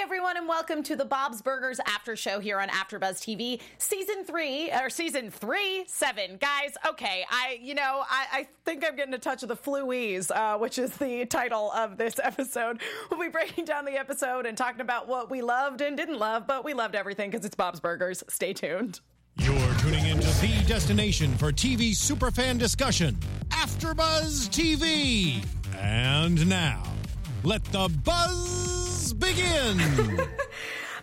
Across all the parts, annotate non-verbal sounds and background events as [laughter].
everyone, and welcome to the Bob's Burgers After Show here on AfterBuzz TV, season three or season three seven. Guys, okay, I you know I, I think I'm getting a touch of the fluies, uh, which is the title of this [laughs] episode. We'll be breaking down the episode and talking about what we loved and didn't love, but we loved everything because it's Bob's Burgers. Stay tuned. You're tuning into the destination for TV superfan discussion, AfterBuzz TV. And now, let the buzz begin.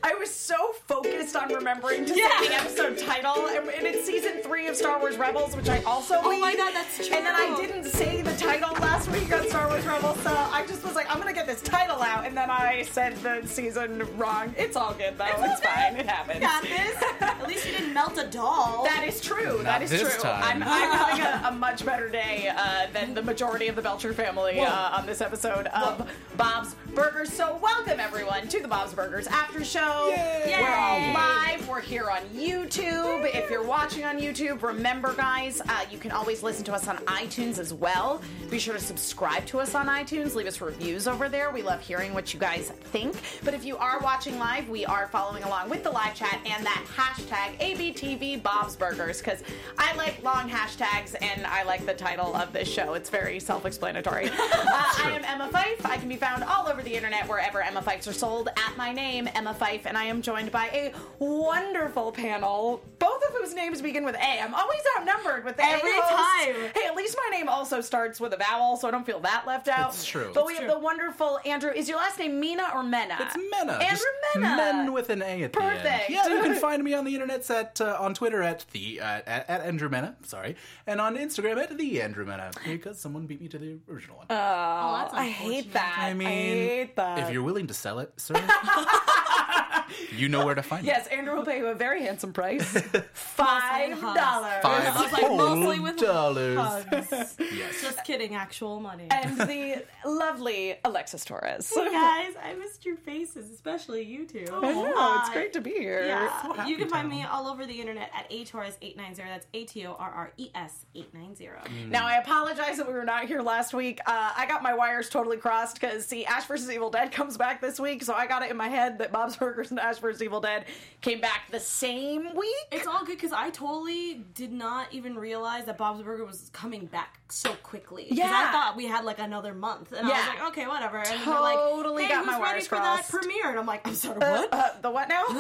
I was so focused on remembering to say the episode title, and, and it's season three of Star Wars Rebels, which I also Oh my lead. God, that's And then I true. didn't say the title last week on Star Wars Rebels, so I just was like, I'm gonna get this title out, and then I said the season wrong. It's all good though. It's, all good. fine. It happens. got this. At least you didn't melt a doll. That is true. that is this true. time. I'm, I'm having a, a much better day uh, than the majority of the Belcher family uh, on this episode of Bob's Burgers. So, welcome everyone to the Bob's Burgers After Show. Yay. We're all Yay. live. We're here on YouTube. If you're watching on YouTube, remember, guys, uh, you can always listen to us on iTunes as well. Be sure to subscribe to us on iTunes. Leave us reviews over there. We love hearing what you guys think. But if you are watching live, we are following along with the live chat and that hashtag ABTV Bob's Burgers because I like long hashtags and I like the title of this show. It's very [laughs] self explanatory. uh, I am Emma Fife. I can be found all over the internet wherever Emma Fifes are sold at my name, Emma Fife, and I am joined by a wonderful panel, both of whose names begin with A. I'm always outnumbered with the A Every hosts. time. Hey, at least my name also starts with a vowel, so I don't feel that left out. It's true. But It's we have the wonderful Andrew. Is your last name Mina or Mena? It's Mena. Andrew Just Mena. Men with an A at the Perfect. end. Yeah, you can find me on the internet at uh, on Twitter at the uh, at, at Andrew Mena. Sorry, and on Instagram at the Andrew Mena because someone beat me to the original one. oh, that's I hate unfortunate. that. I mean, hate that. if you're willing to sell it, sir, [laughs] you know where to find Yes, Andrew will pay you a very handsome price. [laughs] Five Mostly dollars. hugs. it. Five I was like, mostly with whole dollars. hugs. [laughs] Yes. Just kidding, actual money. And the lovely Alexis Torres. Oh, [laughs] Hey [laughs] guys, I missed your faces, especially you two. I know, it's great to be here. Yeah, happy you can find time. me all over the internet at atorres890. That's A T O R R E S 890. Now, I apologize that we were not here last week. Uh, I got my wires totally crossed because, see, Ash vs. Evil Dead comes back this week, so I got it in my head that Bob's Burgers and Ash vs. Evil Dead came back the same week. It's all good because I totally did not even realize that Bob's Burger was coming back so quickly. 'Cause Yeah. I thought we had like another month, and I Yeah. was like, okay, whatever. And Totally then they're like, hey, got my who's ready wires for crossed. that premiere? And I'm like, I'm sorry, what? Uh, the what now? [laughs] I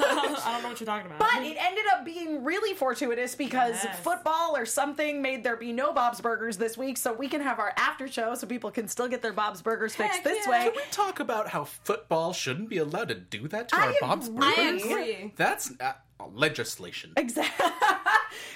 don't know what you're talking about. But it ended up being really fortuitous because Yes. football or something made there be no Bob's Burgers this week, so we can have our after show so people can still get their Bob's Burgers fixed Heck this yeah. way. [laughs] Can we talk about how football shouldn't be allowed to do that to I our Bob's agree. I Burgers? agree. That's uh, legislation. Exactly.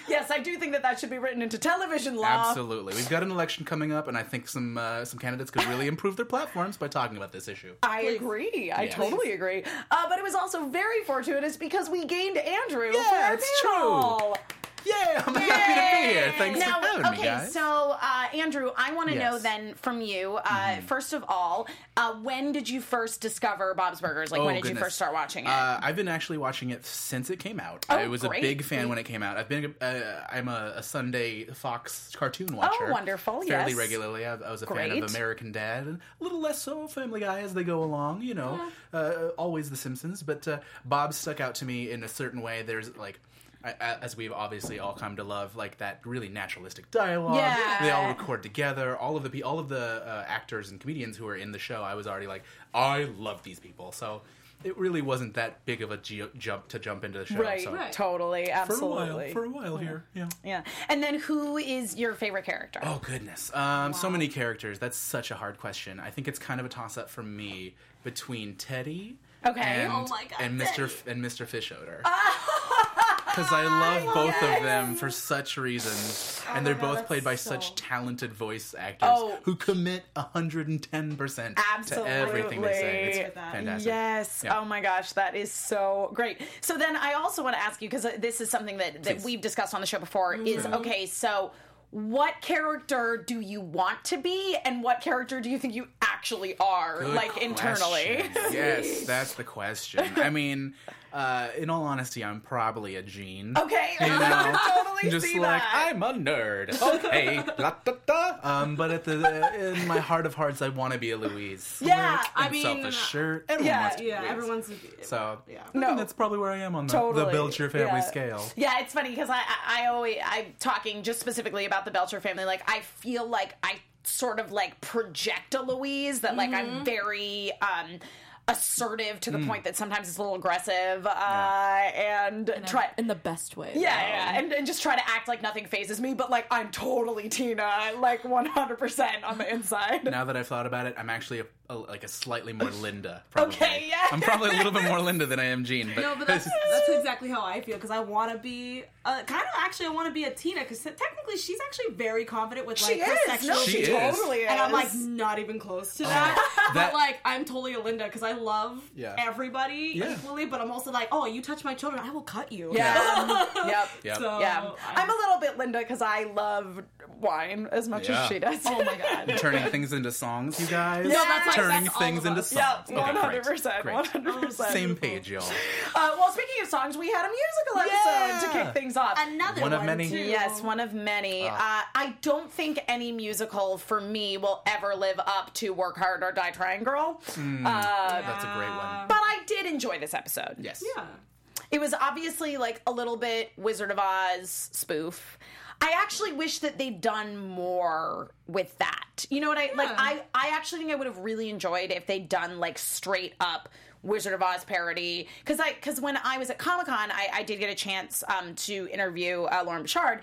yes, I do think that that should be written into television law. Absolutely, we've got an election coming up, and I think some uh, some candidates could really improve their platforms by talking about this issue. I agree. I Yes. totally agree. Uh, but it was also very fortuitous because we gained Andrew. Yeah, for our it's true. panel. Yeah, I'm happy to be here. Thanks now, for having okay, me, guys. so uh, Andrew, I want to know Yes. Mm-hmm. then from you. Uh, First of all, uh, when did you first discover Bob's Burgers? Like, Oh, when did you goodness. first start watching it? Oh, Uh, I've been actually watching it since it came out. I was great. a big fan when it came out. I've been uh, I'm a, a Sunday Fox cartoon watcher. Oh, wonderful, Fairly yes. regularly. I, I was a fan Great. of American Dad, and a little less so Family Guy as they go along. You know, Uh-huh. uh, always The Simpsons, but uh, Bob stuck out to me in a certain way. There's like. I- I- As we've obviously all come to love, like that really naturalistic dialogue. Yeah. They all record together. All of the pe- all of the uh, actors and comedians who were in the show, I was already like, I love these people. So it really wasn't that big of a ge- jump to jump into the show. right, so. totally, absolutely. a while here, yeah. yeah. And then, who is your favorite character? Oh goodness, um, so many characters. That's such a hard question. I think it's kind of a toss up for me between Teddy. Okay. And, Oh my God, and Mr. Teddy. F- and Mr. Fish [laughs] Odor. Because I Oh, love both of them for such reasons, and they're God, both that's played by so- such talented voice actors Oh. who commit hundred and ten percent to everything they say. Absolutely. It's fantastic. Yes. Yeah. Oh my gosh, that is so great. So then I also want to ask you because this is something that, that Please. Mm-hmm. we've discussed on the show before is okay, so what character do you want to be and what character do you think you actually are, Good like internally. question. [laughs] yes, that's the question. [laughs] I mean, uh, in all honesty, I'm probably a gene. okay, You know, I [laughs] [laughs] totally just see like that. I'm [laughs] a nerd. Okay, la, da, da. Um, but at the in my heart of hearts, I want to be a Louise. Yeah, Look, I himself mean, a shirt. Everyone yeah, wants to be Yeah, Louise. everyone's. So Yeah. I No. think that's probably where I am on the, the Totally, build your family yeah. scale. Yeah, it's funny because I, I I always I'm talking just specifically about the Belcher family. Like I feel like I sort of like project a Louise that like I'm very um assertive to the point that sometimes it's a little aggressive uh, and try. in the best way. yeah, yeah, and, and just try to act like nothing phases me, but like I'm totally Tina, like 100% on the inside. Now that I've thought about it, I'm actually a, a, like a [laughs] slightly more Linda. Probably. Okay, yeah. I'm probably a little bit more Linda than I am Gene. But, No, but [laughs] that's, that's exactly how I feel because I want to be uh, kind of actually I want to be a Tina because technically she's actually very confident with like she her is. sexual No, She she, Oh. is. totally is. and I'm like not even close to that. that- but like I'm totally a Linda because I love Yeah. everybody Yeah. equally, but I'm also like, oh, you touch my children, I will cut you. yeah. [laughs] [laughs] yep. Yep. So, Yeah. I- I'm a little bit Linda because I love wine as much Yeah. as she does. Oh my [laughs] God. turning things into songs, you guys. No, that's like- turning that's all things of into us. songs. Yeah, Okay, great, 100%. great. 100%. Same page, y'all. Uh, well, speaking of songs, we had a musical episode Yeah. to kick things off. Another One one, of many. Too. Yes, one of many. Uh, Ah. I don't think any musical for me will ever live up to Work Hard or Die Trying Girl. Hmm. Uh, That's a great one. But I did enjoy this episode. Yes. Yeah. It was obviously like a little bit Wizard of Oz spoof. I actually wish that they'd done more with that. You know what I like I I actually think I would have really enjoyed if they'd done like straight up Wizard of Oz parody because I because when I was at Comic Con I, I did get a chance um, to interview uh, Lauren Bouchard,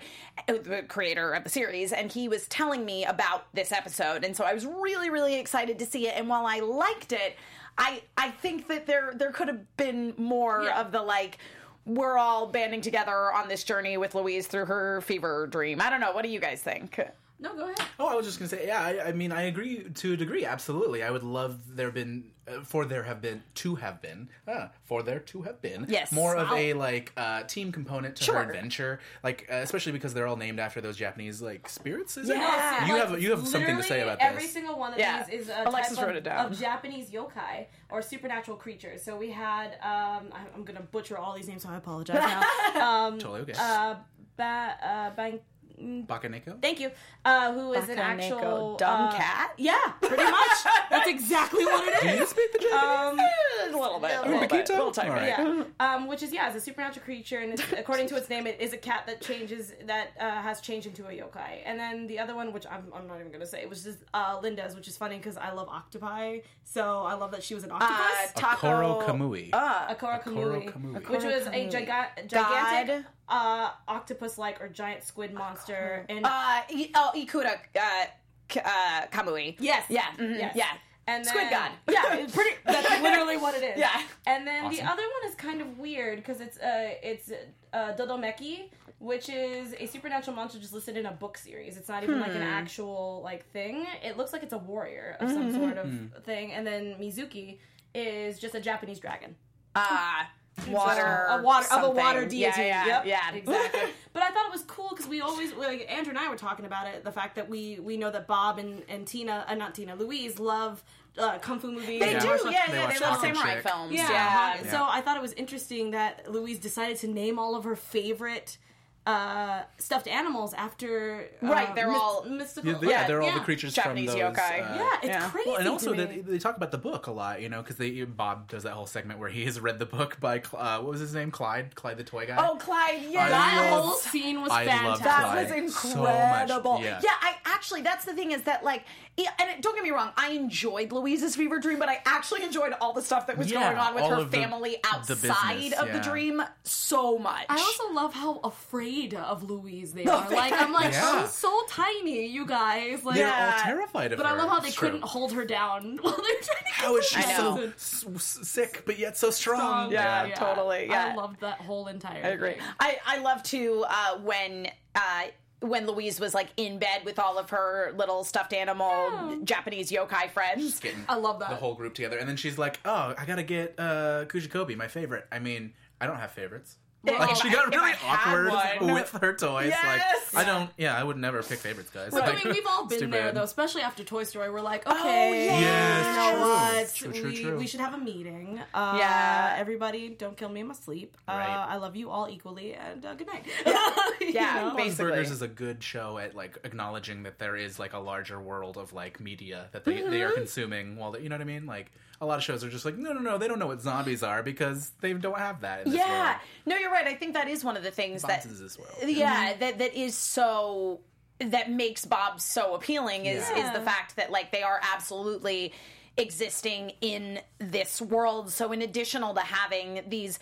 uh, the creator of the series, and he was telling me about this episode, and so I was really really excited to see it. And while I liked it, I I think that there there could have been more Yeah. of the like we're all banding together on this journey with Louise through her fever dream. I don't know. What do you guys think? No, go ahead. Oh, I was just gonna say, yeah. I, I mean, I agree to a degree. Absolutely, I would love there been uh, for there have been to have been uh, for there to have been Yes. more of Wow. a like uh, team component to Sure. her adventure, like uh, especially because they're all named after those Japanese like spirits. Is it? Yeah. you Like, have you have something to say literally about every this. single one of Yeah. these is a Alexis type wrote it of, down. of Japanese yokai or supernatural creatures. So we had um, I, I'm gonna butcher all these names, so I apologize [laughs] now. um, totally okay. ba- uh, Ban- Bakaneko. thank you. Uh, who is an Bakaneko, actual dumb uh, cat? Yeah, pretty much. That's exactly what [laughs] it is. Do you speak the Japanese? Um, A little bit. A little Makito? bit. A little tiny All right. bit. [laughs] yeah, um, which is yeah, it's a supernatural creature, and it's, according to its name, it is a cat that changes that uh, has changed into a yokai. And then the other one, which I'm, I'm not even gonna say, which is uh, Linda's, which is funny because I love octopi, so I love that she was an octopus. Uh, Taco- Koro Kamui. Akora Kamui, Kamui. which was a Kamui. giga- God. gigantic uh, octopus-like or giant squid monster, and Uh, I- oh, Ikuta. Uh, K- uh, Kamui. Yes. Yeah. mhm, Yes. Yeah. And then, Squid God. [laughs] Yeah, it's pretty. [laughs] That's literally what it is. Yeah. And then the Awesome. other one is kind of weird because it's uh it's uh, Dodomeki, which is a supernatural monster just listed in a book series. It's not even like an Hmm. actual like thing. It looks like it's a warrior of some Mm-hmm. sort Hmm. of thing. And then Mizuki is just a Japanese dragon. Uh, water. a water of a something. water deity. Yeah. Yeah. [laughs] yep, yeah. exactly. but I thought it was cool because we always like Andrew and I were talking about it. The fact that we we know that Bob and and Tina, uh, not Tina, Louise love uh, kung fu movies. They and do. martial- Yeah. They Yeah. They, watch love Hawk and samurai Chick. films. Yeah. Yeah. So I thought it was interesting that Louise decided to name all of her favorite. Uh, stuffed animals after uh, Right, they're myth- all- mystical. Yeah, they, yeah, they're all the creatures Japanese from those. yokai. uh, Yeah, it's Yeah. crazy. Well, and to also me. they, they talk about the book a lot, you know, because they Bob does that whole segment where he has read the book by Cl- uh, what was his name, Clyde, Clyde the toy guy. Oh, Clyde. Yeah. that love- whole scene was I love fantastic. That Clyde. was so much. incredible. Yeah. yeah. I actually, that's the thing is that, like, yeah, and it, don't get me wrong, I enjoyed Louise's fever dream, but I actually enjoyed all the stuff that was Yeah, going on with all her of the- family the business, outside of the yeah. dream so much. I also love how afraid of Louise they are. Like I'm like "Oh, Yeah. she's so tiny, you guys. Like, they're Yeah. all terrified of but her. I love how they It's couldn't true. hold [laughs] her down while they're trying to. How is she I know. so s- s- sick but yet so strong? Strong. Yeah, [laughs] totally, yeah. I loved that whole entire. I agree. I, I love to uh, when uh, when Louise was like in bed with all of her little stuffed animal Japanese yokai friends. Getting I love that. the whole group together, and then she's like, "Oh, I gotta get uh, Kujikobi, my favorite. I mean, I don't have favorites. Like she got If I really had awkward one. with her toys. Yes. Like I don't. Yeah, I would never pick favorites, guys. I Like, mean, we've all it's too been there bad. though, especially after Toy Story. We're like, okay, Oh, yeah. Yes, you know true. what? True, true, we, true. we should have a meeting. Uh, Yeah. everybody, don't kill me in my sleep. Uh, Right. I love you all equally, and uh, good night. [laughs] You Yeah, know? basically. Burgers is a good show at like acknowledging that there is like a larger world of like media that they, they Mm-hmm. are consuming. While they, you know what I mean? Like a lot of shows are just like no, no, no. They don't know what zombies are because they don't have that. In this Yeah. world. No, you're right. I think that is one of the things that Zombies is this world. yeah, that that is so that makes Bob so appealing is Yeah. is the fact that like they are absolutely existing in this world. So in additional to having these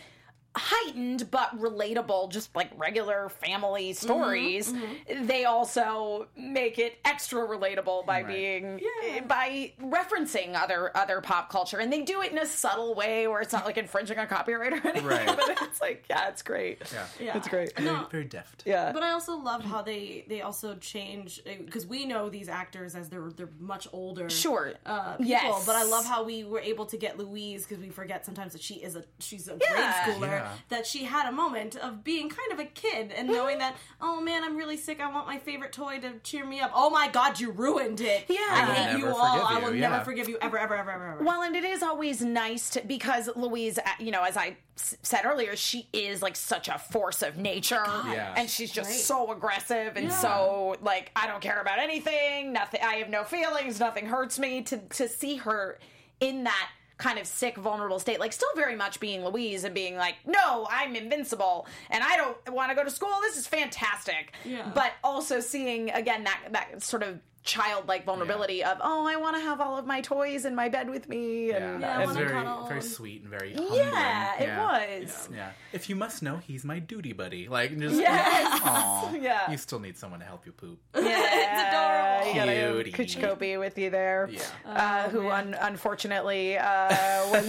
heightened but relatable just like regular family Mm-hmm, stories they also make it extra relatable by being eh, by referencing other other pop culture and they do it in a subtle way where it's not like infringing on copyright or anything [laughs] Right. but it's like yeah it's great Yeah. Yeah. It's great. Very, No, very deft. yeah But I also love how they they also change because we know these actors as they're they're much older. Sure. Uh, people, Yes. But I love how we were able to get Louise because we forget sometimes that she is a she's a Yeah. grade schooler Yeah. that she had a moment of being kind of a kid and knowing that oh man I'm really sick I want my favorite toy to cheer me up oh my god you ruined it Yeah. I I will hate you never all I forgive will you, never yeah. forgive you ever ever ever ever ever. Well, and it is always nice to because Louise, uh, you know, as I s- said earlier, she is like such a force of nature, Yeah. and she's just Right. so aggressive and so like I don't care about anything, nothing, I have no feelings, nothing hurts me. To to see her in that kind of sick, vulnerable state, like still very much being Louise and being like, no, I'm invincible, and I don't want to go to school. This is fantastic, Yeah. but also seeing again that that sort of childlike vulnerability of oh i want to have all of my toys in my bed with me Yeah, and Yeah, I it's wanna very, cuddle. very sweet and very humbling. Yeah, it was. Yeah. If you must know, he's my duty buddy. Like, just Yes. Aw. [laughs] Yeah. You still need someone to help you poop. Yeah, It's you gotta have Cutie. Kuchikobe with you there, Yeah. uh, Oh, who un- unfortunately [laughs] uh, when,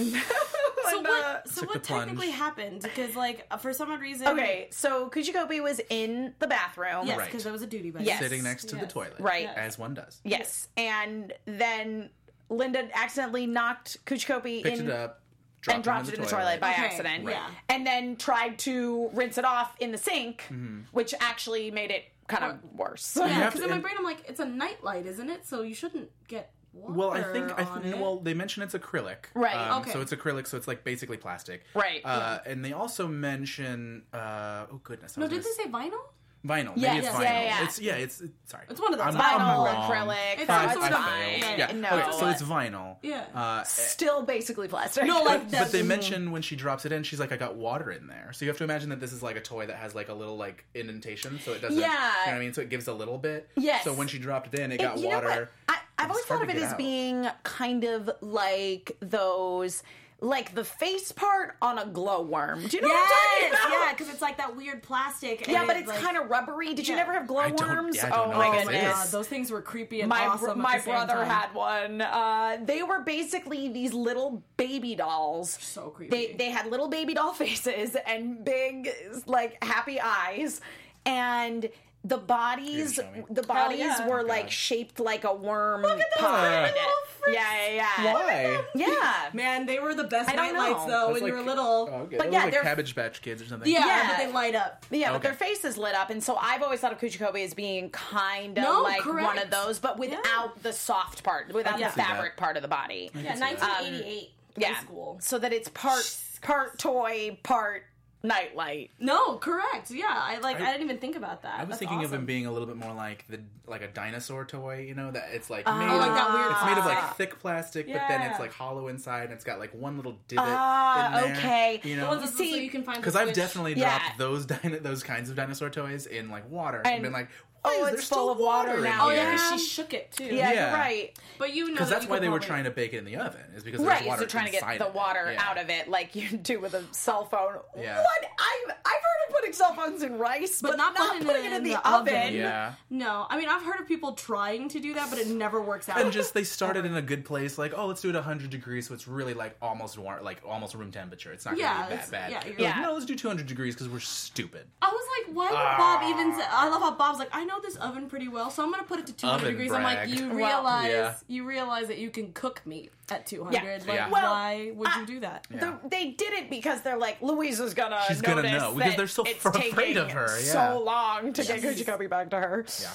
so when, uh, what so Took what the plunge. technically happened because like uh, for some odd reason okay, so Kuchikobe was in the bathroom, yes Right. because I was a duty buddy Yes. Sitting next to the Yes. toilet. Right. As one does. yes, and then Linda accidentally knocked Kuchikobe Picked in it up, dropped and dropped it in the toilet, by Okay, accident, Right. yeah. and then tried to rinse it off in the sink, Mm-hmm. which actually made it kind of worse. Yeah, have because to- in my and- brain I'm like, it's a nightlight, isn't it? So you shouldn't get water. Well, I think I on think it. well they mention it's acrylic, Right, Um, okay. So it's acrylic, so it's like basically plastic, Right, Uh, And they also mention, uh, oh goodness, I no, was did gonna they say vinyl? Vinyl. Maybe Yes, it's yes, vinyl. yeah, yeah. It's yeah. It's it's- sorry. It's one of those. I'm- Vinyl I'm or wrong. acrylic, It's Fine, some I sort of failed. vinyl. Yeah. No. Okay, so it's vinyl. Yeah. [laughs] Uh, Still basically plastic. No, like but the, they mention when she drops it in, she's like, "I got water in there." So you have to imagine that this is like a toy that has like a little like indentation, so it doesn't. Yeah. You know what I mean? So it gives a little bit. Yes. So when she dropped it in, it, It- got you know water. what? I, I've It's always hard thought of to it get as out. being kind of like those, like the face part on a glow worm. Do you know what I'm yes, talking about? yeah, because it's like that weird plastic. and Yeah, but it's like- kind of rubbery. Did you Yeah. never have glow I don't- worms? I don't know my what Oh this my is. goodness. god, those things were creepy and My, br- awesome. at my the same brother time. had one. Uh, they were basically these little baby dolls. so creepy. They they had little baby doll [laughs] faces and big like happy eyes, and the bodies Here, show me. the bodies yeah. were Oh, like God. shaped like a worm. Look those tiny little Yeah, yeah, yeah. Why? [laughs] Yeah. man, they were the best I don't nightlights know. though That's when you were like- little. Oh, okay. But Those yeah, are like they're- Cabbage Patch Kids or something. yeah, yeah. but they light up. Yeah, but Okay. their faces lit up, and so I've always thought of Kuchikobe as being kind of No, like one of correct. those, but without the soft part, without Yeah. the see that. fabric part of the body. Yeah, 1988 Yeah. high school. So that it's part part toy, part nightlight. No, correct. Yeah, I like. I, I- didn't even think about that. I was thinking of him being a little bit more like the like a dinosaur toy, you know, that it's like Oh, made like of, that weird it's made of like plastic. thick plastic, but then it's Yeah. like hollow inside and it's got like one little divot Ah, in there. okay. You Well, know, Oh, this is See, so you can find the because I've switch. definitely Yeah. dropped those dino- those kinds of dinosaur toys in like water and, And- been like, why oh, is there it's full still of water in now. Oh here? yeah, 'cause Yeah. she shook it too. Yeah, you're Yeah. right. but you know Because that that's you why could they were probably- trying to bake it in the oven, is because there's Right, water so trying to inside get the of it. water Yeah. out of it like you [laughs] do with a cell phone. Yeah. What? I've, I've heard of putting cell phones in rice, but, not, putting, it in the, oven. [laughs] Yeah. No, I mean I've heard of people trying to do that, but it never works out. And just they started in a good place, like, oh, let's do it 100 degrees, so it's really like almost warm, like almost room temperature. It's not Yeah, gonna be it's- that bad. yeah, They're you're like, right. no, let's do 200 degrees because we're stupid. I was like, why would Bob Ah. even? Say, I love how Bob's like, I know this oven pretty well, so I'm gonna put it to 200 Oven degrees. I'm brag. like, you Well, realize, yeah. you realize that you can cook meat. at 200. Like, Yeah. Well, why would I- you do that? Yeah. The- they did it because they're like Louisa's gonna. She's gonna notice know, because that they're so it's f- afraid taking of her, yeah. So long to get Kuchikobe back to her. Yeah.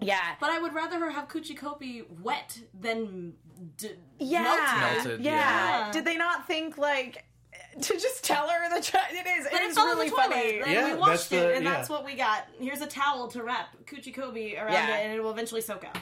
Yeah. But I would rather her have Kuchikobe wet than d- yeah. melted. Melted, yeah. yeah. Did they not think like [laughs] to just tell her the ch- [laughs] it is? But it it's is all in really the toilet. funny. And Yeah, we that's washed the- it, and yeah. that's what we got. Here's a towel to wrap Kuchikobe around Yeah. it, and it will eventually soak up.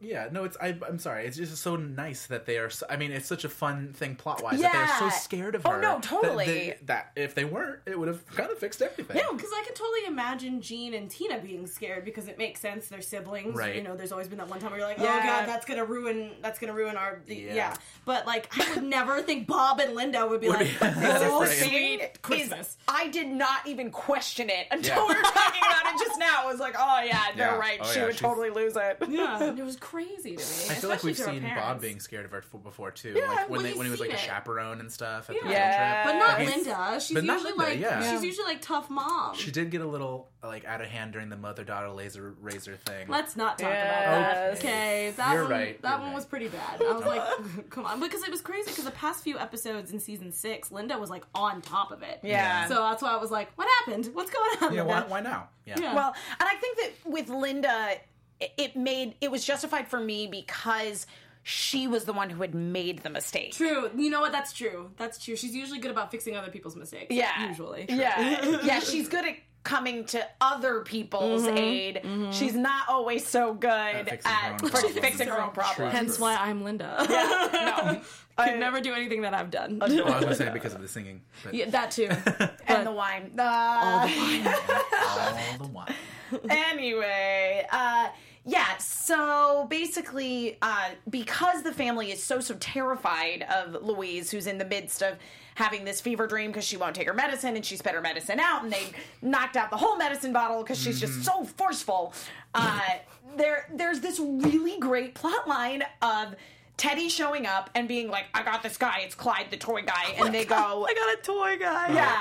Yeah, no, it's I, I'm sorry. It's just so nice that they are. So, I mean, it's such a fun thing plot wise that Yeah. they're so scared of Oh, her. no, that totally. they- That, if they weren't, it would have kind of fixed everything. Because I could totally imagine Jean and Tina being scared because it makes sense. They're siblings, Right. You know, there's always been that one time where you're like, Yeah. "Oh God, that's gonna ruin, that's gonna ruin our." the- Yeah. Yeah. But like, I would never think Bob and Linda would be like, be- [laughs] "Oh Right. thing sweet Is, Christmas." I did not even question it until we Yeah. were talking about it just now. I was like, oh yeah, they're Yeah. right. Oh, she yeah, would she's- totally lose it. Yeah. It was crazy to me. I feel like especially we've to her seen Bob parents. being scared of her f- before too. Yeah, like well, when, they, you've when he was like seen a it. chaperone and stuff at the Yeah. field Yeah. trip. But not Like, he's- Linda. She's but not usually Linda, like yeah. she's usually like tough mom. She did get a little like out of hand during the mother daughter laser razor thing. Let's not talk about Yes. that. Okay, that You're one, right, that you're one right. was pretty bad. I was like, [laughs] come on, because it was crazy. Because the past few episodes in season six, Linda was like on top of it. Yeah. So that's why I was like, what happened? What's going on? yeah, why, Linda? why now? Yeah. Yeah. [laughs] Well, and I think that with Linda, it- it made it was justified for me because she was the one who had made the mistake. True. You know what? That's true. That's true. She's usually good about fixing other people's mistakes. Yeah, Usually. Yeah, yeah. She's good at coming to other people's Mm-hmm. aid. She's not always so good at, fixing her own for- problems. fixing her own problems. Hence why I'm Linda. [laughs] No, I I- could never do anything that I've done. Well, I was gonna say because of the singing, but Yeah, that too. and the wine. Uh, [laughs] all the while. anyway, uh, yeah, so basically, uh, because the family is so, so terrified of Louise, who's in the midst of having this fever dream because she won't take her medicine and she spit her medicine out and they knocked out the whole medicine bottle because she's just Mm-hmm. so forceful. Uh, there, there's this really great plot line of Teddy showing up and being like, I got this guy, it's Clyde the toy guy. And they go, Oh I got a toy guy. Yeah,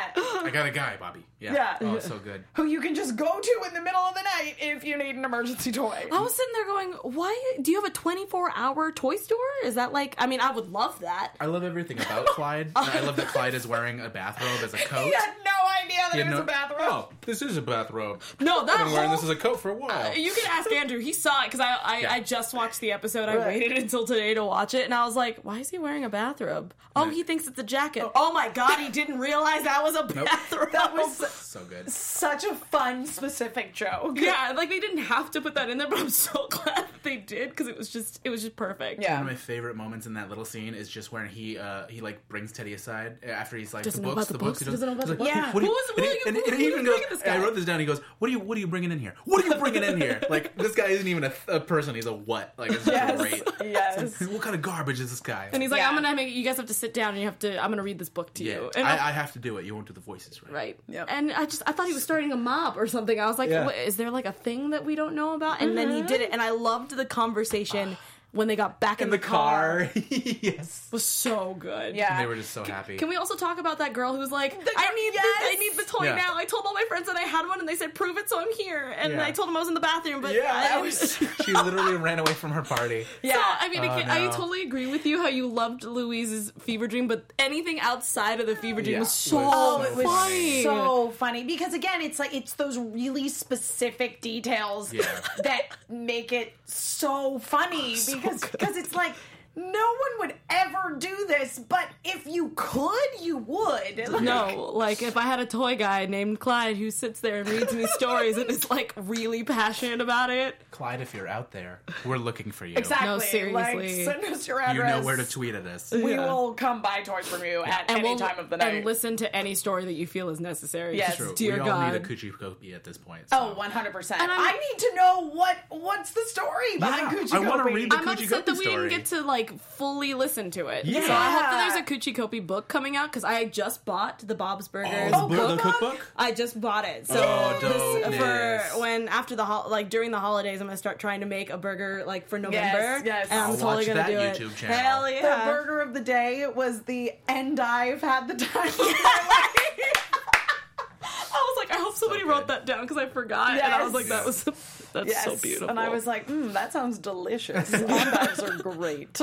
I got a guy, Bobby. Yeah. Yeah. Oh, so good. who you can just go to in the middle of the night if you need an emergency toy. [laughs] I was sitting there going, why do you have a 24 hour toy store? Is that like, I mean, I would love that. I love everything about Clyde. I love that Clyde is wearing a bathrobe as a coat. He had no idea that You it was know- a bathroom. Oh, this is a bathrobe. No, that Been wearing whole- this as a coat for a while. Uh, You can ask Andrew. He saw it because I I, Yeah. I just watched the episode. I Right. waited until today to watch it, and I was like, "Why is he wearing a bathrobe? Oh, he thinks it's a jacket. Oh, my god, he didn't realize that was a bathrobe. That was s- so good. such a fun, specific joke. yeah, like they didn't have to put that in there, but I'm so [laughs] glad they did because it was just it was just perfect. Yeah. One of my favorite moments in that little scene is just when he uh, he like brings Teddy aside after he's like Doesn't know the about books, the the books, books, he doesn't know about he's the like, books. What do Yeah. you, what do you, What and, was- what he- and he was even you goes. thinking, this and I guy? wrote this down. He goes, "What are you What are you bringing in here? What are you bringing in here? Like this guy isn't even a, a person. He's a what? Like it's Yes. great. Yes. What kind of garbage is this guy? And he's like, Yeah. "I'm gonna make you guys have to sit down and you have to I'm gonna read this book to yeah, you." And I, I have to do it. You won't do the voices right. Right. Yep. And I just I thought he was starting a mob or something. I was like, Yeah. what, is there like a thing that we don't know about? And then he did it, and I loved the conversation [sighs] when they got back in, In the car. [laughs] yes. It was so good. Yeah. They were just so happy. Can we also talk about that girl who was like, I need yes! this, I need the toy Yeah. now. I told all my friends that I had one, and they said, prove it, so I'm here. And Yeah. I told them I was in the bathroom, but Yeah, [laughs] I, [laughs] she literally ran away from her party. Yeah. So, I mean, Oh, again, I no. totally agree with you how you loved Louise's fever dream, but anything outside of the fever dream Yeah, was so was Oh, it was funny. so funny because again, it's like it's those really specific details Yeah. that make it so funny [laughs] because because it's like no one would ever do this, but if you could, you would. Like, No, like if I had a toy guy named Clyde who sits there and reads me stories and is like really passionate about it. Clyde, if you're out there, we're looking for you. exactly. No, Like, seriously. send us your You address. know where to tweet at us. We Yeah. will come buy toys from you at any time of the night. and listen to any story that you feel is necessary. Yes. True. dear we all God. need a coochie copy at this point. Oh, so. 100%. And I'm- I need to know what what's the story behind Yeah, Gucci I wanna Gobi. read the- I'm Coochie upset that Gopi we story. didn't get to like fully listen to it. Yeah. So I hope that there's a Coochie Copy book coming out because I just bought the Bob's Burgers. Oh, the, book- the cookbook? cookbook? I just bought it. So Oh, this, dopeness. for when after the hol- like during the holidays, I'm gonna start trying to make a burger like for November. yes. And I'm I'll totally watch gonna that do YouTube it. channel. Hell The yeah! burger of the day was the and I've had the time of my life. [laughs] I was like, I hope somebody good. wrote that down because I forgot, and I Yes. was like, that was that That's so beautiful. And I was like, mm, that sounds delicious. Olives are [laughs] great.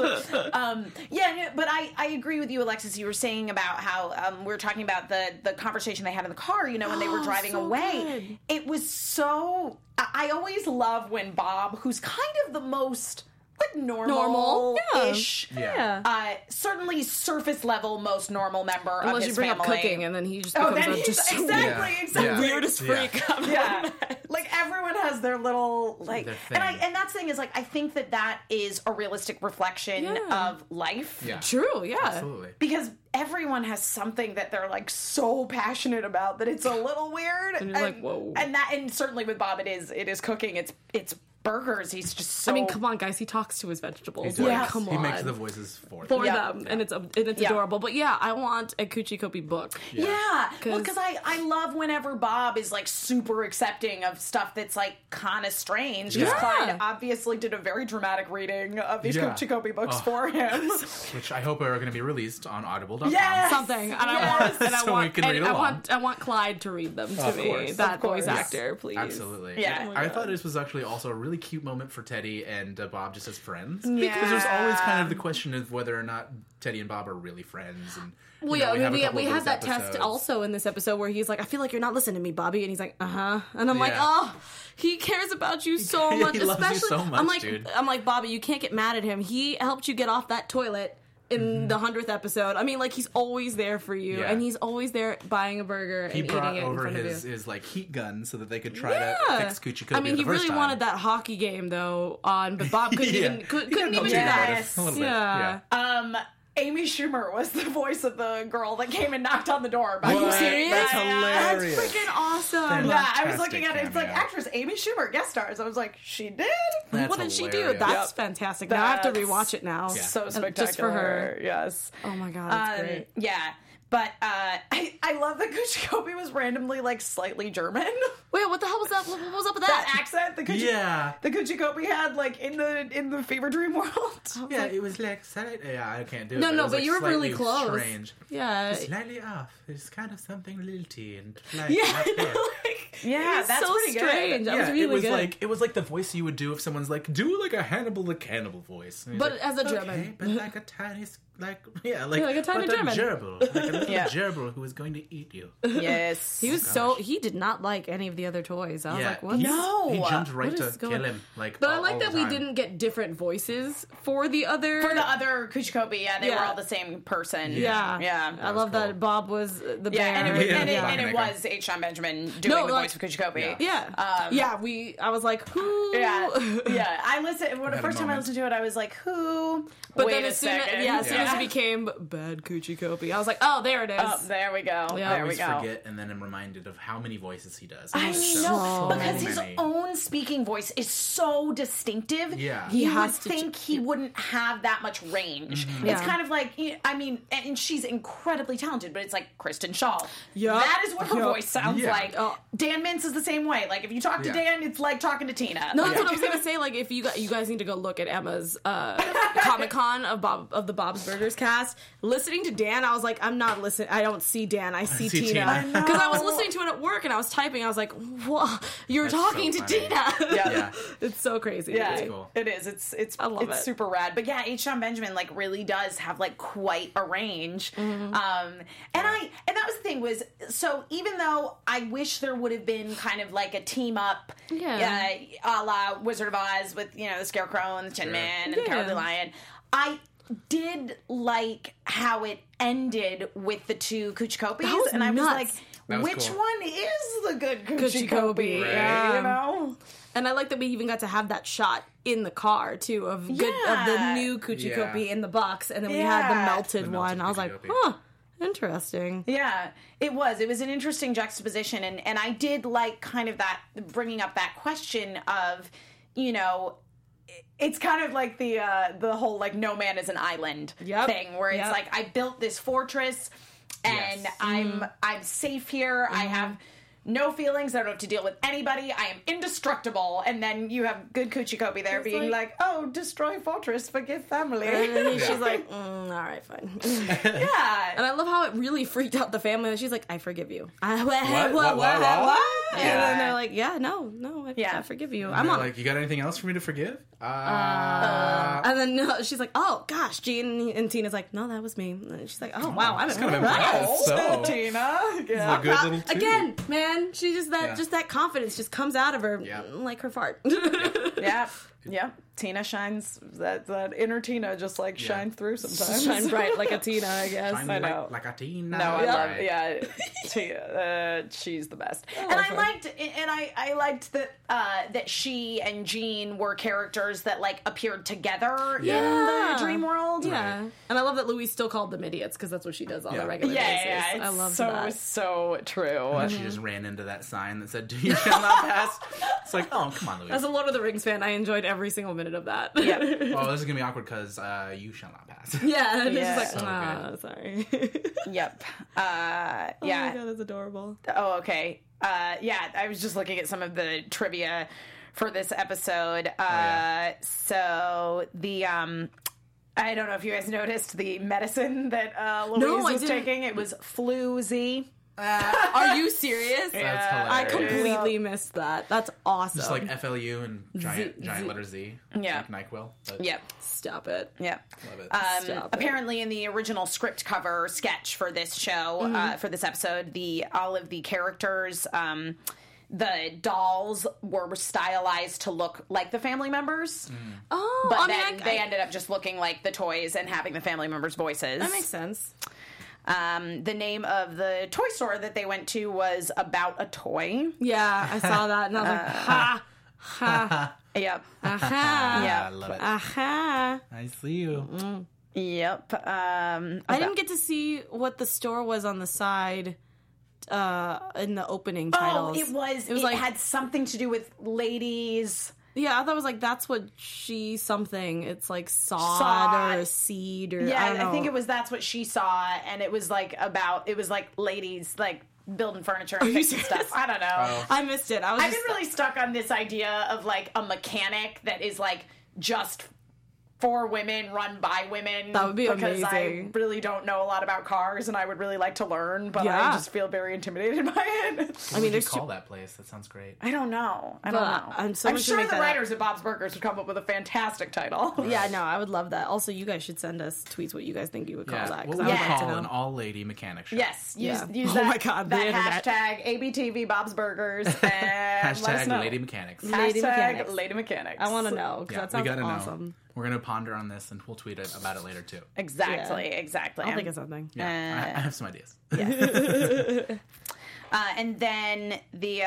Um, yeah, no, but I, I agree with you, Alexis. You were saying about how um, we were talking about the, the conversation they had in the car, you know, when they Oh, were driving away. It was so. I I always love when Bob, who's kind of the most. Like normal Normal, yeah. ish, Yeah. Uh, certainly surface level, most normal member of Unless his you bring family. up cooking, and then he just oh, becomes then a, he's just so exactly, Yeah. exactly. Yeah. weirdest Yeah. freak. I'm Yeah. [laughs] like everyone has their little like Their and I thing. and that's the thing is like I think that that is a realistic reflection Yeah. of life. Yeah. [laughs] True, yeah. Absolutely. Because everyone has something that they're like so passionate about that it's a little weird. And you're like, whoa. And that and certainly with Bob it is it is cooking. It's it's burgers. He's just so I mean, come on, guys. He talks to his vegetables. He Like, does. come on. He makes the voices for, them. for Yeah. them, and it's and it's Yeah. adorable. But yeah, I want a Coochie Copy book. Yeah. Well, 'Cause- because I, I love whenever Bob is like super accepting of stuff that's like kind of strange. Because Yeah. Clyde obviously did a very dramatic reading of these Yeah. Chikopi books for [laughs] him. Which I hope are going to be released on Audible.com. Yes! Something, and Yes. I want, and [laughs] I So we want, can and read I along. want, I want Clyde to read them to Of me. course. that Of course. voice Yes. actor, please. Absolutely. Yeah. I thought this was actually also a really cute moment for Teddy and uh, Bob just as friends. Because there's always kind of the question of whether or not Teddy and Bob are really friends. And, Well, you know, yeah, have a we, couple we, of had those that test episodes. also in this episode where he's like, I feel like you're not listening to me, Bobby. And he's like, uh huh. And I'm like, Yeah. oh, he cares about you [laughs] so He much. loves you especially, so much, I'm like, dude. I'm like, Bobby, you can't get mad at him. He helped you get off that toilet in the 100th episode. I mean, like, he's always there for you. Mm-hmm. Yeah. And he's always there buying a burger He and brought eating it in over front his, of you. his like heat gun so that they could try to Yeah. fix Coochie I mean, the he first really time. wanted that hockey game though on, [laughs] but Bob couldn't Yeah. even could, He couldn't got even do guilty about that. it Yes. A little bit. Yeah. Yeah. Um, Amy Schumer was the voice of the girl that came and knocked on the door. By What? the way. serious? Yeah, That's yeah. hilarious. That's freaking Awesome. Then- yeah, I was Fantastic looking at it. It's like cameo. actress Amy Schumer guest stars. I was like, she did. That's What did she do? hilarious. That's fantastic. Now I have to That's- rewatch it now. so And spectacular. Uh, Just for her. yes. Oh my god, that's Um, great. Yeah, but uh, [laughs] I I love that Kuchikobi was randomly like slightly German. [laughs] Wait, what the hell was up? What was up with that that? accent, the Kuchi- Yeah. the Kuchikobi had like in the in the Fever Dream [laughs] world. Oh, Yeah, it was like slight- yeah, I can't do it. No, it no, was, but like, you were really slightly close. Strange, Yeah. slightly off. It's kind of something lilty and like [laughs] Yeah, up I know, [laughs] there. like, Yeah, it was that's so pretty good. strange. That yeah, was really it was good. like it was like the voice you would do if someone's like, do like a Hannibal the Cannibal voice, And he's But like, as a "Okay, German." but like a tiny, s- like [laughs] yeah, like, like a tiny but German. a gerbil, like a [laughs] little Yeah. gerbil who is going to eat you. Yes, he was so he did not like any of the other toys. I was yeah, like, what? he- No. he jumped right What to is going- kill him. Like, But I all- all like that the we time. didn't get different voices for the other for the other Kuchikobi. Yeah, they were Yeah. all the same person. Yeah. yeah. I love cool. that Bob was uh, the Yeah, bear. and it, was, Yeah, and, it, Bob and it Necker. was H. John Benjamin doing No, the like- voice of Kuchikobi. yeah. yeah, we I was like, who Um, [laughs] Yeah, yeah. I listened. When the Had a first time I moment. listened to it, I was like, "Who?" But Wait then a as soon as, second. yeah, as soon as it became Bad Coochie Copy, I was like, oh, there it is. Oh, there we go. Yeah. I There we always go. forget, and then I'm reminded of how many voices he does. I know There's so because his many. own speaking voice is so distinctive. Yeah. he He you has would to- think he wouldn't have that much range. Mm-hmm. It's Yeah. kind of like you- I mean, and and she's incredibly talented, but it's like Kristen Shaw. Yup. that is what her Yup. voice sounds Yeah. like. Oh. Dan Mintz is the same way. Like if you talk to Yeah. Dan, it's like talking to Tina. No, Like, that's what I was gonna say. Like, if you guys, you guys need to go look at Emma's [laughs] uh, Comic Con of Bob of the Bob's Burgers cast. Listening to Dan, I was like, I'm not listening. I don't see Dan. I see, see Tina [laughs] Tina. I because I, was listening to it at work and I was typing. I was like, Whoa, you're That's talking so to funny. Tina. Yeah. [laughs] it's so crazy. Yeah, to me. cool. it is. It's it's I love it's it. super rad. But yeah, H. John Benjamin like really does have like quite a range. Mm-hmm. Um, and I and that was the thing was so even though I wish there would have been kind of like a team up, Yeah. uh, a la Wizard of Oz with you know the Scarecrow and the Tin Sure. Man and Yeah. Cowardly Lion. I did like how it ended with the two That was Kuchikopis, and I was nuts. like. That was Which cool. one is the good Kuchikopi, Kuchikopi? yeah. You know, And I like that we even got to have that shot in the car too of good of Yeah. the new Coochie Yeah. Copy in the box, and then we had the Yeah. melted, The melted one. I was like, Coochie Copy. huh, interesting. Yeah, it was. It was an interesting juxtaposition, and and I did like kind of that bringing up that question of, you know, it- it's kind of like the uh, the whole like no man is an island Yep. thing, where it's Yep. like I built this fortress, and Mm-hmm. Yes. I'm I'm safe here. I have no feelings. I don't have to deal with anybody. I am indestructible. And then you have good Coochie Kobe there being like, oh, destroy fortress, forgive And family. then he- she's like, mm, all right, fine. [laughs] yeah. And I love how it really freaked out the family. And she's like, I forgive you. [laughs] what? What? What? What? What? And then Yeah. they're like, yeah, no, no, I, Yeah. I forgive you. I'm I'm on. like, "Oh." you got anything else for me to forgive? Uh, and then no, she's like, oh, gosh, Gene. And Tina's like, no, that was me. And she's like, oh, wow, I'm kind of impressed. impressive. "Oh, So, it's Tina. a Yeah. good little tune. Again, man, she just that Yeah. just that confidence just comes out of her Yeah. like her fart. [laughs] [laughs] yeah. Yeah. Tina shines, that, that inner Tina just like shines through [laughs] sometimes. Shine bright like a Tina, I guess. I'm I know. like, like a teen. No, I love yeah. She, uh, she's the best, Oh, and I liked and I I liked that uh, that she and Jean were characters that like appeared together in Yeah. the dream world. Yeah. uh, And I love that Louise still called them idiots because that's what she does on Yeah. a regular yeah, basis. yeah, yeah. I It's love so that. so true. [laughs] She Mm-hmm. just ran into that sign that said, "Do you shall not pass." It's like, oh, come on, Louise. As a Lord of the Rings fan, I enjoyed every single minute of that. Yeah. oh, this is gonna be awkward because uh, you shall not pass. [laughs] [laughs] yeah. And Yeah. it's just So like, oh, sorry. oh Yep. Uh, [laughs] yeah. my god, [laughs] that's adorable. Oh, okay. Uh, yeah, I was just looking at some of the trivia for this episode. Uh, Oh, yeah. So the um, I don't know if you guys noticed the medicine that uh, Louise No, I was didn't. taking. It was floozy. Are you serious? That's I hilarious. completely missed that. That's awesome. Just like FLU and giant giant letter Z. Yeah. Like NyQuil. But Yep. Stop it. Yep. Love it. Ah, Um, Stop it. apparently, in the original script cover sketch for this show, Mm-hmm. uh, for this episode, the all of the characters, um, the dolls were stylized to look like the family members, Oh, but I mean, then I- they I- ended up just looking like the toys and having the family members' voices. that makes sense. Um, the name of the toy store that they went to was About a Toy. Yeah, I [laughs] saw that and I was Uh. like, ha, Yep. ha, yeah, I yeah. love it. Uh, ha. I see you. mm. Yep. Um, I didn't get to see what the store was on the side uh in the opening titles. Oh, it was. It, was like- had something to do with ladies. Yeah, I thought it was like that's what she something. It's like sod, Sod. or seed or Yeah, I, don't I, know. think it was that's what she saw, and it was like about it was like ladies like building furniture and you fixing serious? stuff. I don't Oh, know. I missed it. I was I've been just, really stuck on this idea of like a mechanic that is like just for women, run by women. That would be because amazing. I really don't know a lot about cars, and I would really like to learn, but I Yeah. just feel very intimidated [laughs] by it. I mean, What do you there's call that place? That sounds great. I don't know. I don't But know. I'm- someone should sure make the that up. writers at Bob's Burgers would come up with a fantastic title. two- Yeah, no, I would love that. Also, you guys should send us tweets what you guys think you would call Yeah. that. What 'cause would I would you like to call know. an all lady mechanic [laughs] shop? Yes, use, Yeah. use Oh that, my God, the that internet. hashtag ABTV Bob's [laughs] Burgers and let us know. Hashtag lady mechanics. hashtag Lady Mechanics. Lady Mechanics. I want to know because Yeah, that we sounds gotta awesome. know. We're gonna ponder on this and we'll tweet it about it later too. exactly, exactly. I'll think of something. Yeah, I, I have some ideas. Uh, and then the uh,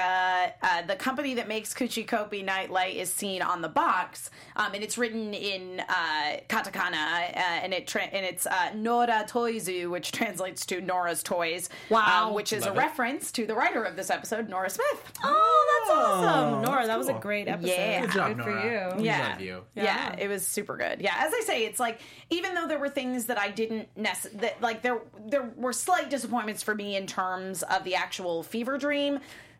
uh, the company that makes Coochie Kopi Nightlight is seen on the box, um, and it's written in uh, katakana, uh, and it tra- and it's uh, Nora Toizu, which translates to Nora's Toys. Wow. um, which is Love a it. reference to the writer of this episode, Nora Smith. Oh, that's [laughs] awesome, Nora. that's That was a cool. great episode. Yeah. Good job, for Nora. you. We Yeah. love you. Yeah. it was super good. Yeah, as I say, it's like even though there were things that I didn't necessarily that like there there were slight disappointments for me in terms of the actual fever dream.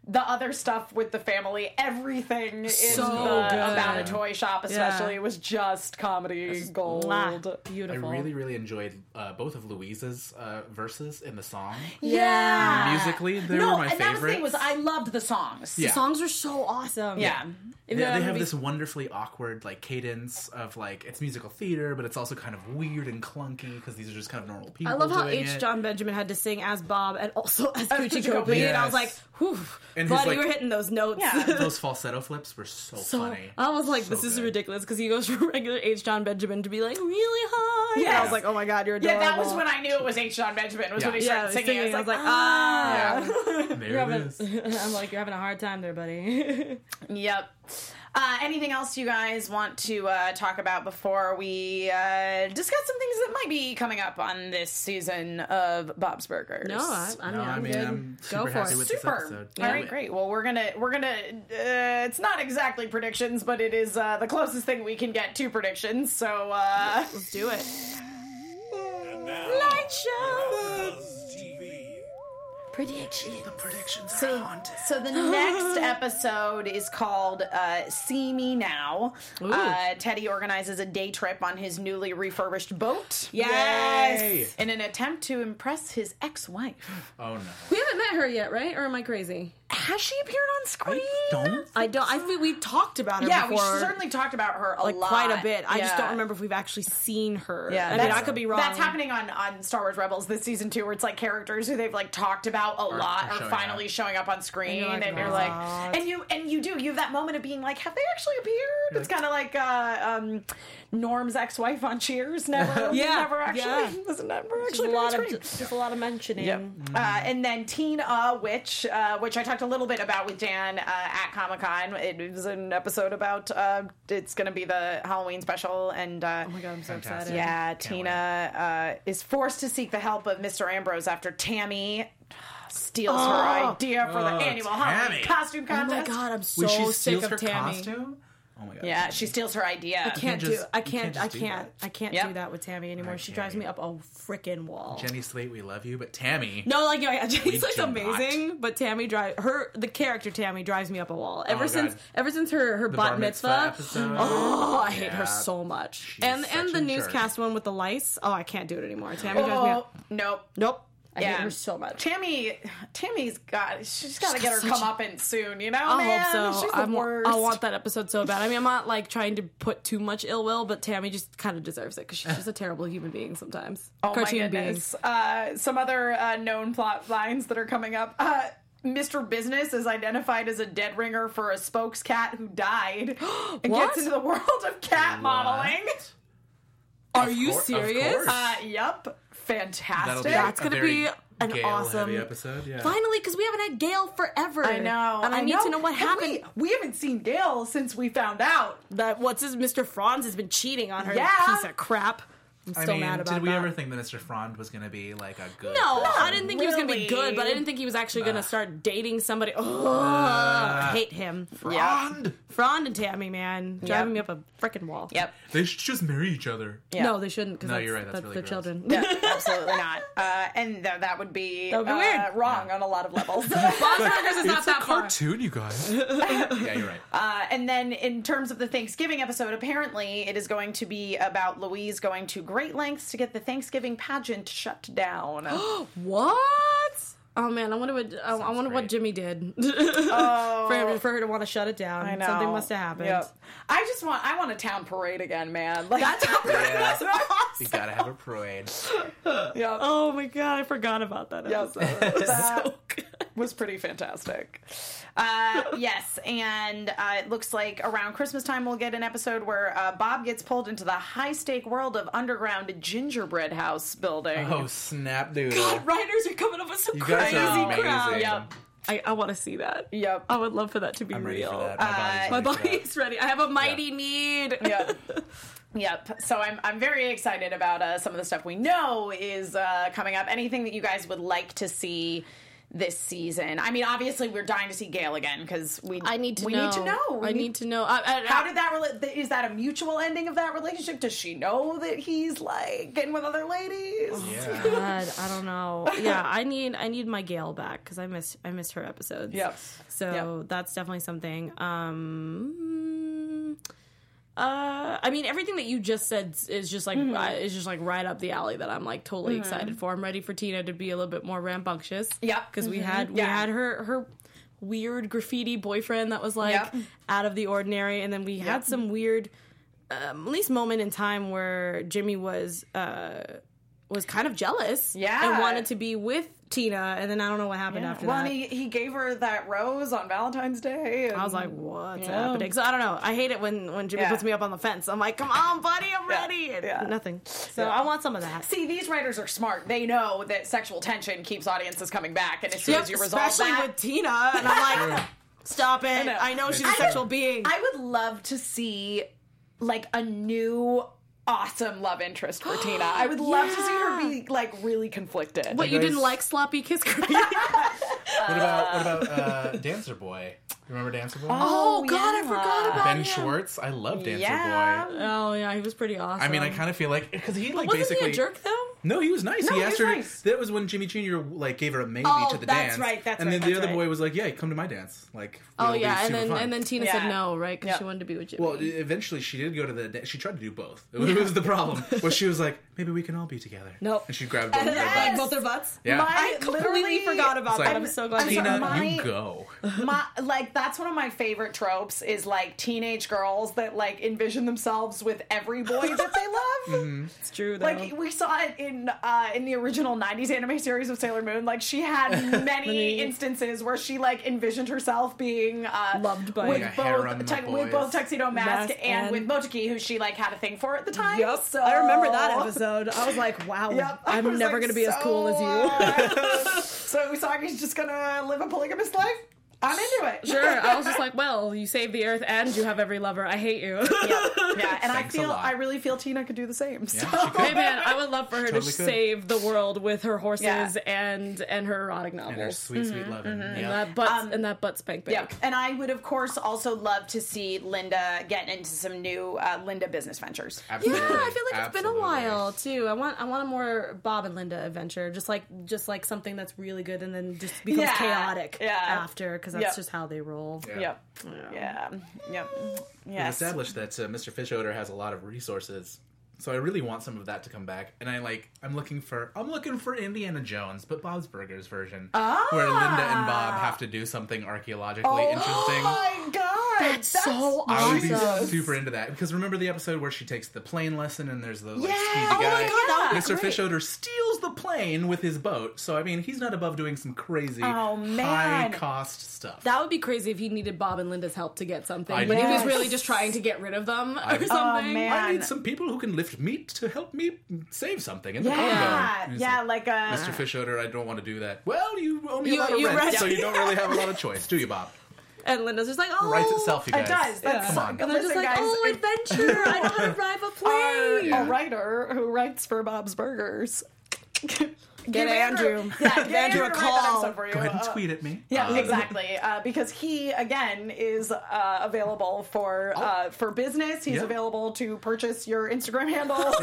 The other stuff with the family, everything in So the good. about a toy shop, especially, it was just comedy gold. Mwah. I Beautiful. really, really enjoyed uh, both of Louise's uh, verses in the song. yeah. Musically, they no, were my and that was the favorite. thing was I loved the songs. Yeah. Songs are so awesome. Yeah. Even They, though they I'm have be- this wonderfully awkward like cadence of like it's musical theater, but it's also kind of weird and clunky because these are just kind of normal people. I love how doing H. it. John Benjamin had to sing as Bob and also as Coochie Coochie Copley, and I was like, Yes. "Whew, And he's buddy, like- we're hitting those notes." Yeah. [laughs] Those falsetto flips were so, [laughs] So funny. I was like, So "This is good. ridiculous," because he goes from [laughs] regular H. John Benjamin to be like really high. And I Yes. was like, "Oh my god, you're Yeah, [laughs] adorable." that was when I knew it was H. John Benjamin was Yeah. when he yeah, started singing. I was like, ah. Yeah, there it [laughs] is. I'm like, "You're having a hard time there, buddy." Yep. Uh, anything else you guys want to uh, talk about before we uh, discuss some things that might be coming up on this season of Bob's Burgers? [laughs] no, I, I mean, No, I I'm mean good. I'm super Go for happy it. with this Super. episode. All right, great. Well, we're gonna we're gonna. Uh, it's not exactly predictions, but it is uh, the closest thing we can get to predictions. So uh, [laughs] Let's do it. And now, light show. Buzz TV. Predictions. Predictions are So, haunted. so [gasps] the next episode is called uh, "See Me Now." Uh, Teddy organizes a day trip on his newly refurbished boat Yes. Hey. in an attempt to impress his ex-wife. Oh no. We haven't met her yet, right? Or am I crazy? Has she appeared on screen? I don't. I don't. I think we've talked about her. Yeah, we before, certainly talked about her a like lot, quite a bit. I just Yeah. don't remember if we've actually seen her. Yeah, I mean, that's- I could be wrong. That's happening on on Star Wars Rebels this season too, where it's like characters who they've like talked about a lot are are showing finally up. showing up on screen, like, and you're like, and you and you do you have that moment of being like, have they actually appeared? It's kind of like uh, um, Norm's ex-wife on [laughs] Cheers, never, Yeah, never actually, [laughs] yeah. [laughs] was never Just actually appeared a on lot of screen. just a lot of mentioning. Oh Uh, and then Tina, which uh, which I talked a little bit about with Dan uh, at Comic Con. It was an episode about uh, it's going to be the Halloween special, and uh, Oh my god, I'm so Fantastic. excited. yeah, Tina uh, is forced to seek the help of Mr. Ambrose after Tammy steals her idea for the Oh, annual Halloween Tammy. costume Oh contest. my god, I'm so When she sick steals of her Tammy. costume. Oh my god. Yeah, she steals her idea. I can't do. just- I you can't can't. I just do can't. that. I can't Yep. do that with Tammy anymore. She Okay. drives me up a freaking wall. Jenny Slate, we love you, but Tammy. No, like yeah, [laughs] yeah, Jenny's like cannot. amazing, but Tammy drive her the character Tammy drives me up a wall. Ever Oh, God. since ever since her her The bat, bar mitzvah, mitzvah episode. [gasps] oh, I hate Yeah. her so much. She's and such and the a newscast one with the lice. Oh, I can't do it anymore. Tammy drives me Oh, up. nope. Nope, I Yeah. hate her so much. Tammy, Tammy's got. She's got to get her got such a- comeuppance soon. You know, I man. hope so. She's the I wa- worst. I want that episode so bad. I mean, I'm not like trying to put too much ill will, but Tammy just kind of deserves it because she's just a terrible human being sometimes. Oh my goodness. Uh, some other uh, known plot lines that are coming up. Uh, Mr. Business is identified as a dead ringer for a spokes cat who died [gasps] and What? gets into the world of cat modeling. What? Are you cour- of serious? course. Uh, yep. That'll Fantastic. be That's a gonna very be an Gale-heavy awesome- episode. Yeah. Finally, because we haven't had Gail forever. I know. and I, need to know what And happened. We, we haven't seen Gail since we found out. that what's his Mr. Franz has been cheating on her. you Yeah. piece of crap. I'm I still mean, mad about did we that. ever think that Mr. Frond was going to be like a good? no, person? I didn't think he was gonna really. be good, but I didn't think he was actually gonna start dating somebody. Oh, I hate him. Frond. Frond and Tammy, man, driving me up a freaking wall. Yep. They should just marry each other. Yeah. No, they shouldn't. Cause No, that's, you're right, that's really their gross. children. No, absolutely not. Uh, and th- that would be, would be uh, weird. wrong on a lot of [laughs] levels. Uh, Bob's Burgers is not that far. Cartoon, you [laughs] guys. yeah, you're right. Uh, and then, in terms of the Thanksgiving episode, apparently it is going to be about Louise going to great lengths to get the Thanksgiving pageant shut down. [laughs] [gasps] What? Oh man, I wonder what I, I wonder what great. Jimmy did [laughs] for, her, for her to want to shut it down. I know. Something must have happened. Yep. I just want I want a town parade again, man. Like, [laughs] That's how [laughs] Yeah. awesome. You gotta have a parade. Yep. Oh my god, I forgot about that. Yes, [laughs] episode. uh, that good. was pretty fantastic. Uh, yes, and uh, it looks like around Christmas time we'll get an episode where uh, Bob gets pulled into the high stake world of underground gingerbread house building. Oh snap, dude! [laughs] Writers are coming up with some You guys crazy are amazing. crap. Yep. I, I want to see that. Yep. I would love for that to be I'm ready real. Uh, for that. My body's, My [laughs] ready for body that. is ready. I have a mighty need. [laughs] yep. Yep. So I'm I'm very excited about uh, some of the stuff we know is uh, coming up. Anything that you guys would like to see this season? I mean, obviously we're dying to see Gail again because we I need to we know. need to know. We I need to know. Uh, I, I, How did that relate? Is that a mutual ending of that relationship? Does she know that he's like getting with other ladies? Yeah. [laughs] God, I don't know. Yeah, I need I need my Gail back because I miss I miss her episodes. Yep. So that's definitely something. Um, uh, I mean, everything that you just said is just like uh, is just like right up the alley that I'm like totally excited for. I'm ready for Tina to be a little bit more rambunctious. Yep. because we had we Yeah. had her her weird graffiti boyfriend that was like Yep. out of the ordinary, and then we had some weird. Um, at least moment in time where Jimmy was uh, was kind of jealous, Yeah. and wanted to be with Tina, and then I don't know what happened after Well, that. and he, he gave her that rose on Valentine's Day. and- I was like, what's happening? So I don't know. I hate it when when Jimmy Yeah. puts me up on the fence. I'm like, come on, buddy, I'm Yeah. ready. And Yeah. Nothing. So I want some of that. See, these writers are smart. They know that sexual tension keeps audiences coming back, and as soon as you resolve especially that, with Tina, and I'm like, stop it. I know. know, she's I a would- sexual being. I would love to see like a new awesome love interest for Tina. I would love to see her be like really conflicted. but you guys- didn't like sloppy kiss cream. [laughs] What about what about uh, Dancer Boy? You remember Dancer Boy? oh God, I forgot about ben him. Schwartz. I love Dancer yeah. Boy. Oh yeah, he was pretty awesome. I mean, I kind of feel like because he like wasn't basically he a jerk though. No, he was nice. No, he he asked was her. nice. That was when Jimmy Jr. like gave her a maybe Oh, to the that's dance. right, that's and then right, the that's other boy right. was like, "Yeah, come to my dance." Like, Oh it'll be yeah, and super then fun. and then Tina said Yeah. no, right? Because Yep. she wanted to be with Jimmy. Well, e- eventually she did go to the. da- She tried to do both. [laughs] It was, it was the problem. Where she was like, maybe we can all be together. Nope. And she grabbed both of their Like, butts. both their butts. Yeah. I completely literally- forgot about It's that. like, I'm so glad. I'm you sorry, Tina, my- you go. my like that's one of my favorite tropes is like teenage girls that like envision themselves with every boy [laughs] that they love. it's true though. Like we saw it in uh, in the original '90s anime series of Sailor Moon. Like she [laughs] had many instances where she like envisioned herself being uh, Loved by- with Like a harem both of tu- with boys. both Tuxedo Mask, Mask and, and- with Motoki, who she like had a thing for at the time. Yep, So I remember [laughs] that episode. I was like, wow, Yep. I I'm was never like, gonna be as so, cool as you. [laughs] uh, so [laughs] Usagi's just gonna live a polygamous life. I'm into it. sure. I was just like, well, you saved the earth and you have every lover. I [laughs] hate [laughs] you. yeah, and Thanks a I feel lot. I really feel Tina could do the same. So. Yeah, she could. [laughs] Hey man, I would love for her to totally could. save the world with her horses Yeah. and and her erotic And her novels. sweet, sweet loving. Yeah. that butt and that butt spank bank. Yeah, and I would of course also love to see Linda get into some new uh, Linda business ventures. Yeah, Absolutely. I feel like it's been a Absolutely. while too. I want I want a more Bob and Linda adventure, just like just like something that's really good and then just becomes Yeah, chaotic yeah. after because that's Yep. just how they roll. Yeah. Yep. Yeah. Yep. We've Yes. established that uh, Mr. Fish Odor has a lot of resources. So I really want some of that to come back, and I like. I'm looking for. I'm looking for Indiana Jones, but Bob's Burgers version, where Linda and Bob have to do something archaeologically interesting. Ah! Oh my god. That's, so I would be awesome. super into that because remember the episode where she takes the plane lesson and there's the like, Yeah. skeezy Oh my guy. God, that would be Mr. Fish Odor steals the plane with his boat, so I mean he's not above doing some crazy Oh, high man. cost stuff. That would be crazy if he needed Bob and Linda's help to get something, I but he was know. really just trying to get rid of them or something. Oh man. I need some people who can lift meat to help me save something in the Congo. yeah. He's Yeah, like uh, a Mr. Fish Odor, I don't want to do that. Well, you owe me You- a lot of you rent, rent- so you don't really have a lot of choice, do you, Bob? And Linda's just like, oh, Writes itself, you It guys. does. That's Come on. so- And they're just Listen, like, guys, oh, if- adventure! I know [laughs] how to drive a Or plane. Yeah. a writer who writes for Bob's Burgers. get Get Andrew. [laughs] Yeah, get Andrew, to Andrew a write that call. episode for you. Go ahead and Uh, tweet at me. Yeah, Uh, exactly. Uh, because he again is uh, available for uh, for business. He's Oh. Yeah. available to purchase your Instagram handles.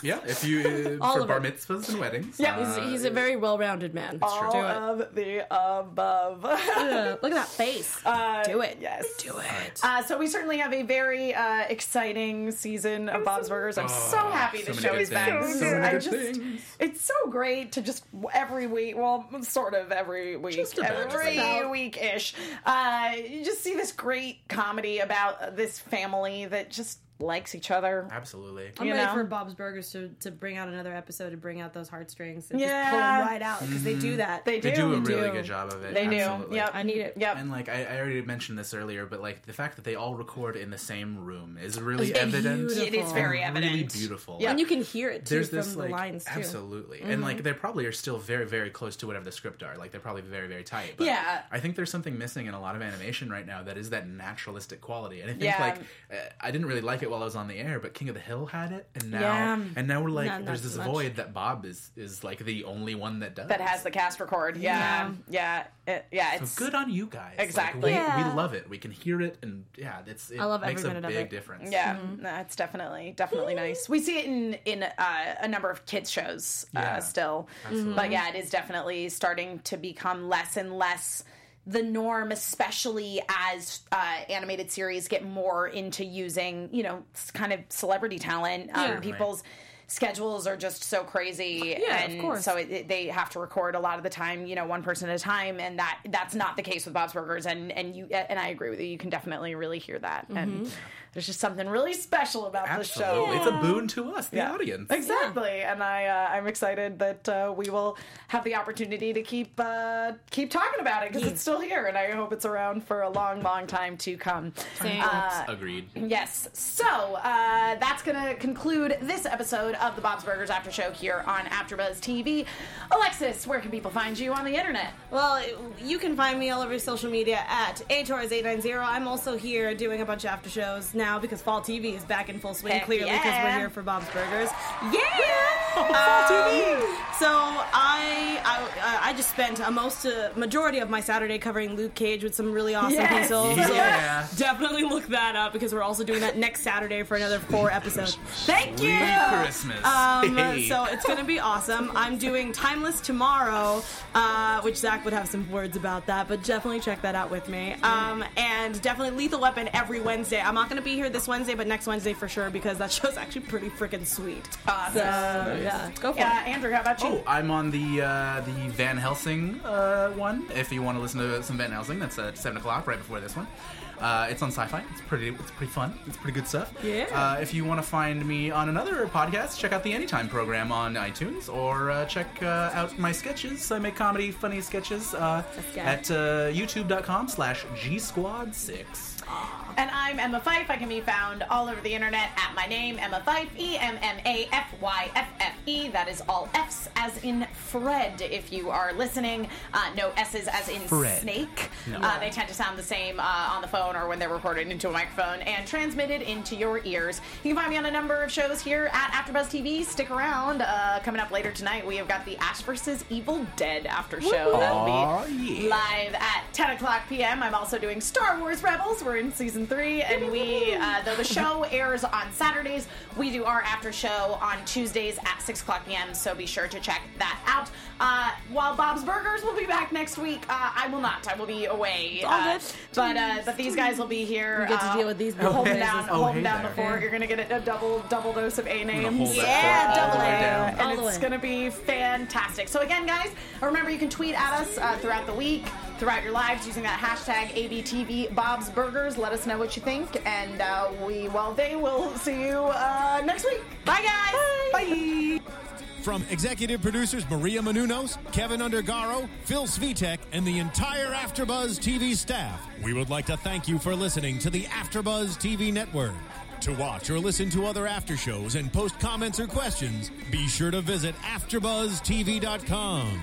[laughs] Yeah, if you uh, All for of bar it. mitzvahs and [laughs] weddings. Yeah. uh, He's, he's a very well-rounded man. All Do it. of the above. [laughs] Yeah, Look at that face. Do it. Uh, yes. Do it. Uh, so we certainly have a very uh, exciting season of Bob's Burgers. I'm so Oh, happy the so many show good is back. things. This So is- many I good just, things. it's so great to just every week, well, sort of every week, Just about, just every about. week ish, uh, you just see this great comedy about this family that just likes each other. Absolutely. I'm you ready know? for Bob's Burgers to, to bring out another episode to bring out those heartstrings and Yeah. just pull them right out because they Mm-hmm. do that. They do. They do a really do. good job of it. They do. absolutely. Yep. I need it. Yep. And like I, I already mentioned this earlier, but like the fact that they all record in the same room is really It's evident. beautiful. it is and very and evident. Really beautiful. Yeah. And you can hear it too there's from this the like lines too. Mm-hmm. absolutely, and like they probably are still very very close to whatever the script are. Like they're probably very very tight. But Yeah. I think there's something missing in a lot of animation right now that is that naturalistic quality. And I think Yeah. like uh, I didn't really like it while I was on the air, but King of the Hill had it, and now Yeah. and now we're like Not- not there's this so much. void that Bob is is like the only one that does that has the cast record. Yeah. Yeah. Yeah. It, yeah it's good on you guys. Like, Exactly. we, Yeah. we love it. We can hear it, and yeah, it's it I love every makes minute a of big it. difference. Yeah, that's definitely definitely nice. We see it in in uh, a number of kids shows uh, Yeah, still, absolutely. but yeah, it is definitely starting to become less and less the norm, especially as uh, animated series get more into using you know s- kind of celebrity talent. Um, people's schedules are just so crazy, Yeah, of and course. so it, it- they have to record a lot of the time, you know, one person at a time, and that that's not the case with Bob's Burgers. And and you and I agree with you. You can definitely really hear that, Mm-hmm. and there's just something really special about the show. Absolutely, it's a boon to us, the Yeah. audience. Exactly, and I uh, I'm excited that uh, we will have the opportunity to keep uh, keep talking about it because it's still here, and I hope it's around for a long, long time to come. Uh, [laughs] Agreed. Yes. So uh, that's going to conclude this episode of the Bob's Burgers After Show here on AfterBuzz TV. Alexis, where can people find you on the internet? Well, it- you can find me all over social media at atorres890. I'm also here doing a bunch of after shows now because fall TV is back in full swing, Heck clearly, because yeah. [laughs] we're here for Bob's Burgers. Yeah! Um, So I, I, I just spent a most uh, majority of my Saturday covering Luke Cage with some really awesome Yes. pencils. Yeah. So definitely look that up because we're also doing that next Saturday for another four episodes. [laughs] Thank you. Sweet Christmas. Um, Hey. So it's gonna be awesome. I'm doing Timeless tomorrow, uh, which Zach would have some words about that, but definitely check that out with me. Um, and definitely Lethal Weapon every Wednesday. I'm not gonna be here this Wednesday, but next Wednesday for sure because that [laughs] show's actually pretty freaking sweet. Awesome. So yeah, go for it. Yeah, Uh, Andrew, how about you? Oh, I'm on the uh, the Van Helsing uh, one. If you want to listen to some Van Helsing, that's at seven o'clock, right before this one. Uh, it's on Sci-Fi. It's pretty. It's pretty fun. It's pretty good stuff. Yeah. Uh, if you want to find me on another podcast, check out the Anytime program on iTunes, or uh, check uh, out my sketches. I make comedy, funny sketches uh, at uh, YouTube.com/slash G Squad Six. And I'm Emma Fife. I can be found all over the internet at my name, Emma Fife, E M M A F Y F F E. That is all F's as in Fred, if you are listening. Uh, no S's as in Fred. snake. Uh, they tend to sound the same uh, on the phone or when they're recorded into a microphone and transmitted into your ears. You can find me on a number of shows here at AfterBuzz TV. Stick around. Uh, coming up later tonight, we have got the Ash vs. Evil Dead after show. That'll Aw, be yeah. live at 10 o'clock p.m. I'm also doing Star Wars Rebels. We're in season three, and we, uh, though the [laughs] show airs on Saturdays, we do our after show on Tuesdays at 6 o'clock p.m., so be sure to check that out. Uh, while Bob's Burgers will be back next week, uh, I will not. I will be away. Uh, good. but uh, but these guys will be here. We get to uh, deal with these Hold [laughs] them bitches. down, Oh, hold hey them down there. before. You're going to get a double double dose of A gonna names. hold that Yeah, fort all double the way A. down. And All the it's way. going to be fantastic. So, again, guys, remember you can tweet at us uh, throughout the week, throughout your lives using that hashtag ABTV Bob's Burgers. Let us know what you think, and uh, we, well, they will see you uh, next week. Bye, guys. Bye. From executive producers Maria Manunos, Kevin Undergaro, Phil Svitek, and the entire AfterBuzz TV staff, we would like to thank you for listening to the AfterBuzz TV network. To watch or listen to other after shows and post comments or questions, be sure to visit AfterBuzzTV.com.